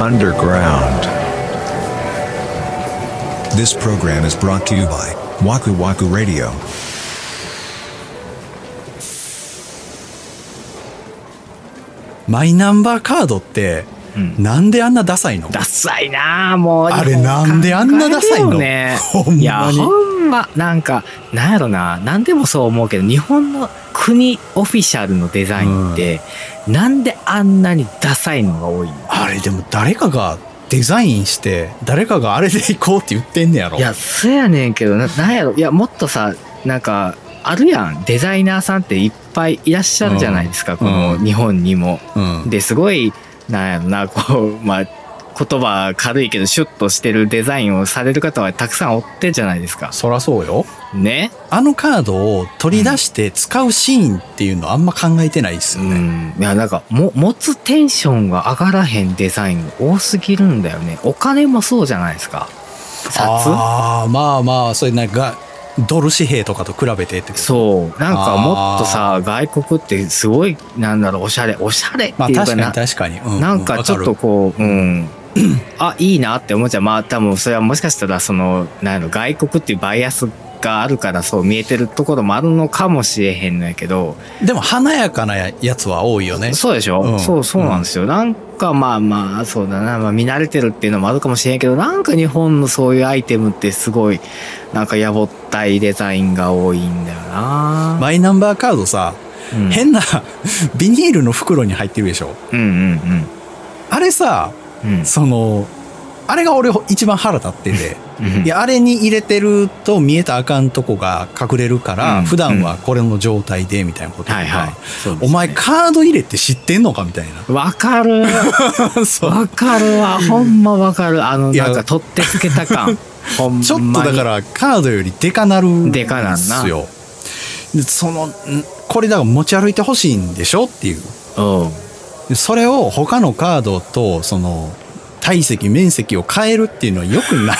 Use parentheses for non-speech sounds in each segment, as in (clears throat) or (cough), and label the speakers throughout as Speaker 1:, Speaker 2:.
Speaker 1: underground.
Speaker 2: This program is brought to you by Waku Waku Radio.
Speaker 3: マイナンバーカードって、なんであんなダサいの
Speaker 4: ダサいなあもう。
Speaker 3: あれなんであんなダサいの
Speaker 4: 考えてよ
Speaker 3: ほんま
Speaker 4: ね、
Speaker 3: に
Speaker 4: いや、ほんま、なんか、なんやろな、なんでもそう思うけど、日本の国オフィシャルのデザインって、なんであんなにダサいのが多いの
Speaker 3: あれでも誰かがデザインして誰かがあれで行こうって言ってんねやろ
Speaker 4: いや、そやねんけど、ななんやろ、いや、もっとさ、なんか、あるやん、デザイナーさんっていっぱいいらっしゃるじゃないですか、
Speaker 3: ん
Speaker 4: この日本にも。
Speaker 3: うん、
Speaker 4: ですごいなんやろなこうまあ言葉軽いけどシュッとしてるデザインをされる方はたくさんおってじゃないですか
Speaker 3: そらそうよ
Speaker 4: ね
Speaker 3: あのカードを取り出して使うシーンっていうのあんま考えてないです
Speaker 4: う
Speaker 3: よね、
Speaker 4: んいやなんかも持つテンションが上がらへんデザイン多すぎるんだよねお金もそうじゃないですか札
Speaker 3: ああまあまあそれなんかドル紙幣とかと比べてってこと
Speaker 4: そうなんかもっとさ外国ってすごいなんだろうおしゃれおしゃれっていう
Speaker 3: ま
Speaker 4: か
Speaker 3: あ確か
Speaker 4: な
Speaker 3: に確かに、う
Speaker 4: なんかちょっと
Speaker 3: わる
Speaker 4: こ
Speaker 3: (clears throat)
Speaker 4: う、うん。あ、いいなって思っちゃう。まあ多分それはもしかしたらその、なんやろ、外国っていうバイアスがあるからそう見えてるところもあるのかもしれへんのやけど、
Speaker 3: でも華やかなやつは多いよね
Speaker 4: そうでしょ、
Speaker 3: うん
Speaker 4: そうそうなんですよ。なんかまあまあ、そうだな、まあ見慣れてるっていうのもあるかもしれんけど、なんか日本のそういうアイテムってすごい、なんかやぼったいデザインが多いんだよな。
Speaker 3: マイナンバーカードさ、
Speaker 4: うん
Speaker 3: 変な (laughs) ビニールの袋に入ってるでしょ
Speaker 4: うんうん
Speaker 3: あれさ
Speaker 4: うん。うん。
Speaker 3: そのあれが俺一番腹立ってて
Speaker 4: うん
Speaker 3: いやあれに入れてると見えたらあかんとこが隠れるから、
Speaker 4: うん
Speaker 3: 普段はこれの状態でみたいなこととか、
Speaker 4: はいはい。そうですね
Speaker 3: お前カード入れって知ってんのかみたい
Speaker 4: わかる。 (laughs)
Speaker 3: なそう
Speaker 4: わかるわ、ほんまわかる。あの、
Speaker 3: いや
Speaker 4: なんか取ってつけ
Speaker 3: (laughs)
Speaker 4: た感。ほんまに。
Speaker 3: ちょっとだからカードよりデカなるん
Speaker 4: でかなんな
Speaker 3: ですよでそのんこれだから持ち歩いてほしいんでしょっていう
Speaker 4: ら。うん。
Speaker 3: でそれを他のカードとその体積面積を変えるっていうのはよく
Speaker 4: (laughs)
Speaker 3: ない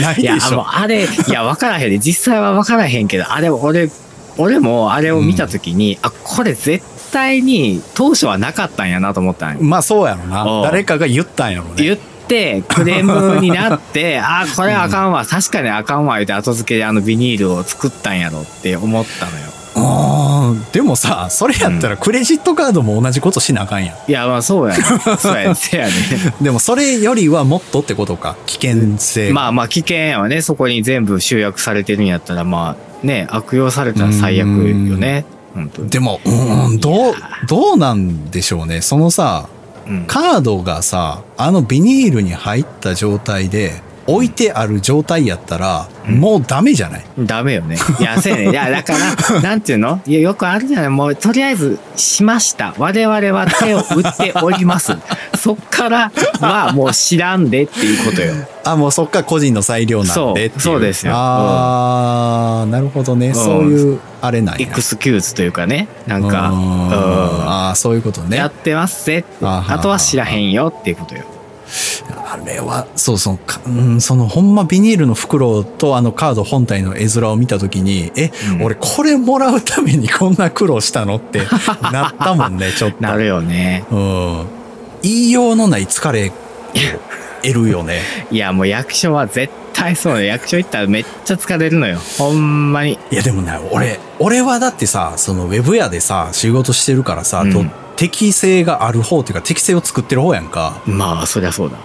Speaker 3: ない
Speaker 4: いや、
Speaker 3: で
Speaker 4: あ
Speaker 3: し
Speaker 4: の、
Speaker 3: ょ
Speaker 4: あれ、いや、わからへんで、実際はわからへんけど、あれ、俺、俺もあれを見たときに、あ、これ絶対に当初はなかったんやなと思ったんよ。
Speaker 3: まあそうやろ
Speaker 4: う
Speaker 3: なん誰かが言ったんやろ
Speaker 4: 言
Speaker 3: ね
Speaker 4: って、クレームに
Speaker 3: (laughs)
Speaker 4: なって、あ、これあかんわ、確かにあかんわ、言って後付けであのビニールを作ったんやろって思ったのよ。
Speaker 3: うんでもさそれやったらクレジットカードも同じことしなあかんやん
Speaker 4: いや、まあ、そ
Speaker 3: (laughs)
Speaker 4: うやね。そうやね。せやね。
Speaker 3: でもそれよりはもっとってことか危険性
Speaker 4: まあまあ危険やわねそこに全部集約されてるんやったらまあね悪用されたら最悪よね本当に
Speaker 3: でもうんどうどうなんでしょうねそのさ
Speaker 4: うん
Speaker 3: カードがさあのビニールに入った状態で置いてある状態やったら、
Speaker 4: うん
Speaker 3: もうダメじゃない
Speaker 4: ダメよねいやせやねいやだか
Speaker 3: (laughs)
Speaker 4: らなんていうのいやよくあるじゃないもうとりあえずしました我々は手を打っており
Speaker 3: (laughs)
Speaker 4: ますそっからはもう知らんでっていうこ
Speaker 3: (laughs)
Speaker 4: とよ
Speaker 3: あ、もうそっか個人の裁量なんでってい
Speaker 4: そうそうですよ
Speaker 3: ああ、なるほどね、そういう、あれなんや。
Speaker 4: エクスキューズというかねなんか
Speaker 3: うーん
Speaker 4: うん
Speaker 3: ああ、そういうことね。
Speaker 4: や
Speaker 3: あ
Speaker 4: ってますぜって
Speaker 3: あはは
Speaker 4: あとは知らへんよっていうことよ
Speaker 3: れは、そうそう、かうん、その、ほんまビニールの袋とあのカード本体の絵面を見たときに、え、
Speaker 4: うん
Speaker 3: 俺これもらうためにこんな苦労したのってなったもんね、ちょっ (laughs) と。
Speaker 4: なるよね
Speaker 3: うん。言いようのない疲れを得るよね。
Speaker 4: いや、もう役所は絶対そうね。役所行ったらめっちゃ疲れるのよ。ほんまに。
Speaker 3: (laughs) いやでもね、俺、俺はだってさ、そのウェブ屋でさ、仕事してるからさ、
Speaker 4: うん
Speaker 3: と適性がある方っていうか適性を作ってる方やんか、
Speaker 4: まあ、そりゃそうだ。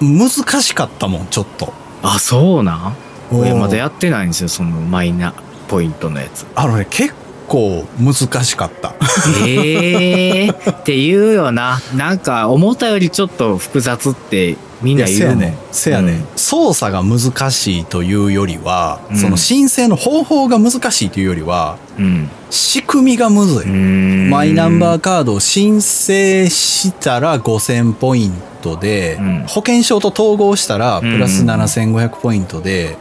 Speaker 3: 難しかったもん、ちょっと。
Speaker 4: あ、そうなん
Speaker 3: おー。
Speaker 4: 俺まだやってないんですよ。そのマイナポイントのやつ
Speaker 3: あのね、結構難しかった。
Speaker 4: ええー、って言うよな。なんか、思ったよりちょっと複雑ってみんな
Speaker 3: せ
Speaker 4: 言
Speaker 3: や
Speaker 4: うもん。
Speaker 3: ね。せやね、
Speaker 4: うん
Speaker 3: 操作が難しいというよりは、
Speaker 4: うん
Speaker 3: その申請の方法が難しいというよりは、
Speaker 4: うん。
Speaker 3: 仕組みがむずい。
Speaker 4: うん
Speaker 3: マイナンバーカードを申請したら5000ポイントで、
Speaker 4: うん
Speaker 3: 保険証と統合したらプラス
Speaker 4: うん
Speaker 3: 7500ポイントで、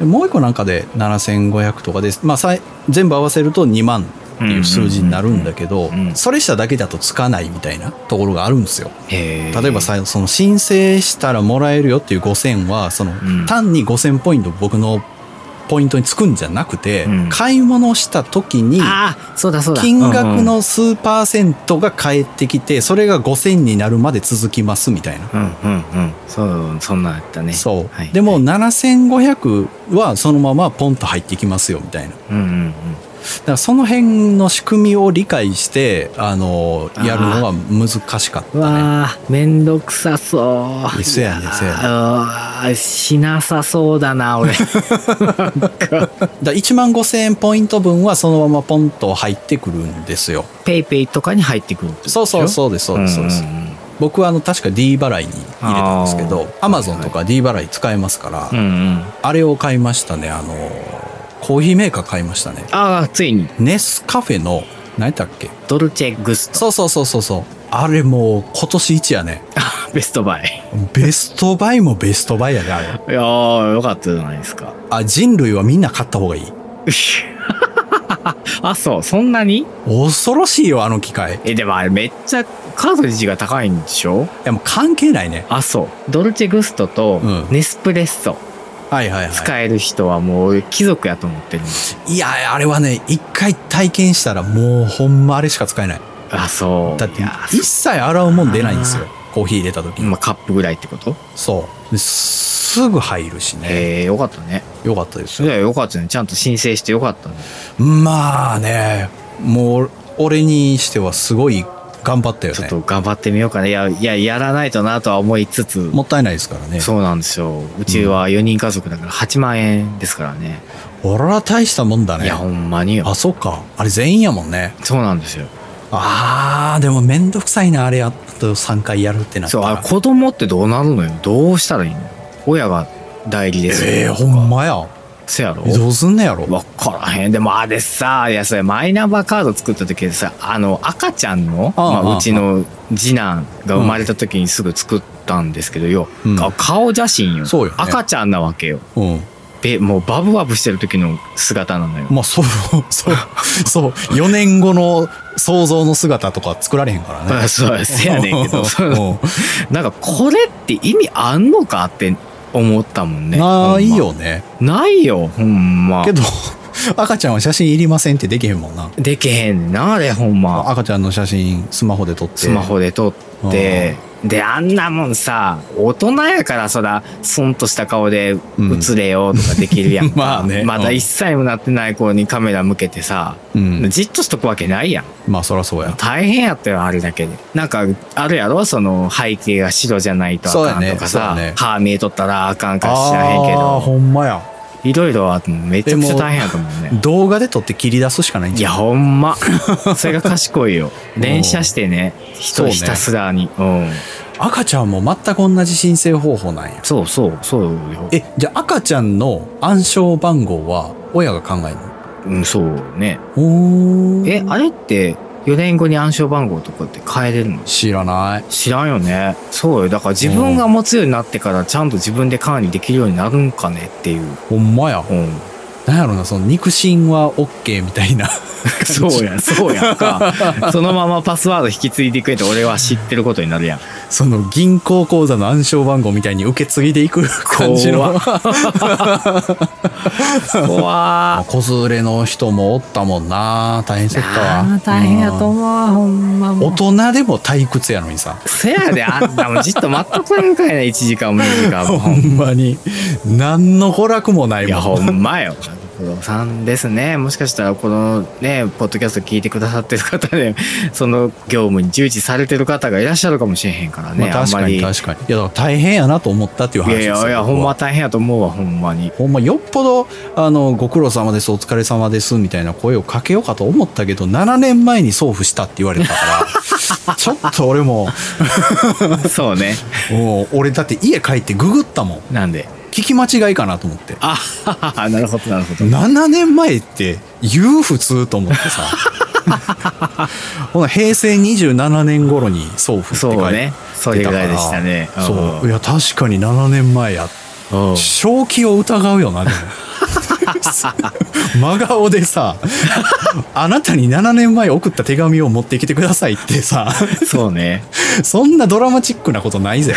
Speaker 4: うん。
Speaker 3: もう一個なんかで7500とかです、まあ、さい全部合わせると2万っていう数字になるんだけど、
Speaker 4: うんうん
Speaker 3: それしただけだとつかないみたいなところがあるんですよ。
Speaker 4: へー
Speaker 3: 例えば、さその申請したらもらえるよっていう5000はその
Speaker 4: ん
Speaker 3: 単に5000ポイント僕のポイントにつくんじゃなくて、
Speaker 4: うん
Speaker 3: 買い物した時に、
Speaker 4: ああ、そうだそうだ。
Speaker 3: 金額の数パーセントが返ってきて、それが5000になるまで続きますみたいな。
Speaker 4: うんうんうん。そう、そんなんやったね。
Speaker 3: そう。
Speaker 4: はい
Speaker 3: でも、7500はそのままポンと入ってきますよみたいな。だ
Speaker 4: うんうんう
Speaker 3: か
Speaker 4: ん。
Speaker 3: らその辺の仕組みを理解して、あの、やるのは難しかっ
Speaker 4: う
Speaker 3: たね。
Speaker 4: わあ、めんどくさそう。
Speaker 3: えそうやねそうやね
Speaker 4: あーしなさそうだ
Speaker 3: (laughs)
Speaker 4: な、俺。
Speaker 3: だ1万5000円ポイント分はそのままポンと入ってくるんですよ。
Speaker 4: ペイペイとかに入ってくるってことでし
Speaker 3: そ
Speaker 4: ょ
Speaker 3: うそうそうです、そうです、そうです。僕はあの確か D 払いに入れたんですけど、
Speaker 4: あー
Speaker 3: Amazon とか D 払い使えますから、
Speaker 4: うんうん。うんうん。
Speaker 3: あれを買いましたね。あの、コーヒーメーカー買いましたね。
Speaker 4: ああ、ついに、
Speaker 3: ネスカフェの、何やったっけ
Speaker 4: ドルチェ・グスト。
Speaker 3: そうそうそうそうそう。あれもう今年一やね。
Speaker 4: あベストバイ。
Speaker 3: ベストバイもベストバイやで、あれ。
Speaker 4: いやー、よかったじゃないですか。 (laughs)
Speaker 3: あ、人類はみんな買った方がいい。
Speaker 4: あ、そう、そんなに
Speaker 3: 恐ろしいよ、あの機械。い
Speaker 4: え、でもあれめっちゃカートリッジが高いんでしょ
Speaker 3: や、もう関係ないね。
Speaker 4: あ、そう。ドルチェ・グストと
Speaker 3: うん
Speaker 4: ネスプレッソ
Speaker 3: はいはいは
Speaker 4: 使える人はもう貴族やと思ってるんですよ。
Speaker 3: い。いや、あれはね、一回体験したらもうほんまあれしか使えない。
Speaker 4: あ、そう。
Speaker 3: だって
Speaker 4: いや、
Speaker 3: 一切洗うもん出ないんですよ。コーヒー入れた時に。
Speaker 4: まあ、カップぐらいってこと
Speaker 3: そう。ですぐ入るしね。
Speaker 4: ええよかったね。
Speaker 3: よかったです
Speaker 4: そ
Speaker 3: よ
Speaker 4: れはよかったね。ちゃんと申請してよかったね。
Speaker 3: まあね、もう、俺にしてはすごい頑張ったよ
Speaker 4: ちょっ
Speaker 3: ね。
Speaker 4: と頑張ってみようかね。いや、いや、やらないとなとは思いつつ、
Speaker 3: もったいないですからね。
Speaker 4: そうなんですよ。うちは4人家族だから8万円ですからね。
Speaker 3: 俺は大したもんだ
Speaker 4: い
Speaker 3: ね
Speaker 4: や、。ほんまによ
Speaker 3: あ、。そうか。あれ全員やもんね。
Speaker 4: そうなんですよ。
Speaker 3: ああ、でもめんどくさいな、あれやっと3回やるってなった
Speaker 4: そう、
Speaker 3: ら。
Speaker 4: あれ子供ってどうなるのよ。どうしたらいいの親が代理ですよ。
Speaker 3: ええほんまや。
Speaker 4: せやろ
Speaker 3: えどうすんねやろ。
Speaker 4: わからへん。でもあれさ、いや、それマイナンバーカード作った時さ、あの、赤ちゃんの、
Speaker 3: ああ
Speaker 4: ま
Speaker 3: あ
Speaker 4: あ、
Speaker 3: あ
Speaker 4: うちの次男が生まれた時にすぐ作ったんですけどよ、
Speaker 3: うん
Speaker 4: あ顔写真よ。
Speaker 3: そうよね
Speaker 4: 赤ちゃんなわけよ。
Speaker 3: うん。
Speaker 4: べもうバブバブしてる時の姿なのよ。
Speaker 3: まあ、そう、そう、そう、4年後の想像の姿とか作られへんからね。
Speaker 4: あ (laughs) そうせやねんけど、その
Speaker 3: うん
Speaker 4: なんかこれって意味あんのかって思ったも (laughs) んね。
Speaker 3: ない
Speaker 4: ほん
Speaker 3: よね。
Speaker 4: ま。ないよ、ほんま
Speaker 3: け。ど、 (laughs) 赤ちゃんは写真いりませんってできへんもんな。
Speaker 4: でけへんねんな、あれほんま。
Speaker 3: 赤ちゃんの写真スマホで撮って
Speaker 4: スマホで撮って、で、あんなもんさ、大人やからそら、そんとした顔で
Speaker 3: うん
Speaker 4: 映れよとかできるやんか。
Speaker 3: (laughs) まあね
Speaker 4: まだ一切もなってない子にカメラ向けてさ、
Speaker 3: うん
Speaker 4: じっとしとくわけないやん。
Speaker 3: まあそらそうや
Speaker 4: 大変やったよ、あれだけで。なんか、あるやろその、背景が白じゃないとあかんとか
Speaker 3: そうや
Speaker 4: さ、
Speaker 3: ねそうやね
Speaker 4: 歯見えとったらあかんか知らへんけ
Speaker 3: あー
Speaker 4: ど、
Speaker 3: ほんまや
Speaker 4: いろいろあってめちゃくちゃ大変やと思うね。
Speaker 3: 動画で撮って切り出すしかないん
Speaker 4: い
Speaker 3: じゃ
Speaker 4: や、
Speaker 3: ん
Speaker 4: ほん (laughs) ま。それが賢いよ。連写してね、
Speaker 3: そう
Speaker 4: 人
Speaker 3: ね
Speaker 4: ひたすらに。うん。
Speaker 3: 赤ちゃんも全く同じ申請方法なんや
Speaker 4: そうそう、そうよ。
Speaker 3: えじゃあ赤ちゃんの暗証番号は親が考えるの
Speaker 4: うん、そうね。
Speaker 3: おー
Speaker 4: え、あれって、4年後に暗証番号とかって変えれるの
Speaker 3: 知らない
Speaker 4: 知らんよね。そうよ。だから自分が持つようになってから、ちゃんと自分で管理できるようになるんかねっていう。
Speaker 3: ほんまや
Speaker 4: うん。
Speaker 3: なんやろなその肉親は OK みたいな
Speaker 4: (laughs)
Speaker 3: (laughs)
Speaker 4: そうや、 (laughs) そうやんか。そのままパスワード引き継いでくれて、俺は知ってることになるやん。
Speaker 3: その銀行口座の暗証番号みたいに受け継いでいく感じの
Speaker 4: 怖怖
Speaker 3: 子連れの人もおったもんな大変そうやったわ
Speaker 4: 思う、ほんま
Speaker 3: 大人でも退屈やのにさ
Speaker 4: せやで、あんたもじっと待っとくんかいな、1時間も2時間も。
Speaker 3: ほんまに何の娯楽もないい
Speaker 4: (laughs) や、
Speaker 3: もん
Speaker 4: ほんまよ。さんですね。もしかしたら、このね、ポッドキャスト聞いてくださってる方で、 (laughs) その業務に従事されてる方がいらっしゃるかもしれへんからね。
Speaker 3: まあ、確
Speaker 4: あん
Speaker 3: か
Speaker 4: まり。
Speaker 3: に確かにいやだから大変やなと思ったっていう話
Speaker 4: い
Speaker 3: で
Speaker 4: や
Speaker 3: す
Speaker 4: い
Speaker 3: よ
Speaker 4: やいや、
Speaker 3: 僕は
Speaker 4: ほんま大変やと思うわ、ほんまに。
Speaker 3: ほんまよっぽどあのご苦労様ですお疲れ様ですみたいな声をかけようかと思ったけど7年前に送付したって言われたから (laughs) ちょっと俺も
Speaker 4: そうね。
Speaker 3: もう俺だって家帰ってググったもん
Speaker 4: なんで。
Speaker 3: 聞き間違いかなと思って
Speaker 4: (laughs) あははは、なるほど、なるほど。
Speaker 3: 7年前って言う普通と思ってさ
Speaker 4: (laughs)
Speaker 3: ほな平成27年頃に送付って書いて
Speaker 4: そうね。それぐらいでしたね。
Speaker 3: そういや確かに7年前や
Speaker 4: うん。うん
Speaker 3: 正気を疑うよなで
Speaker 4: (laughs)
Speaker 3: も真顔でさ「あなたに7年前送った手紙を持ってきてください」ってさ
Speaker 4: そうね。
Speaker 3: そんなドラマチックなことないぜ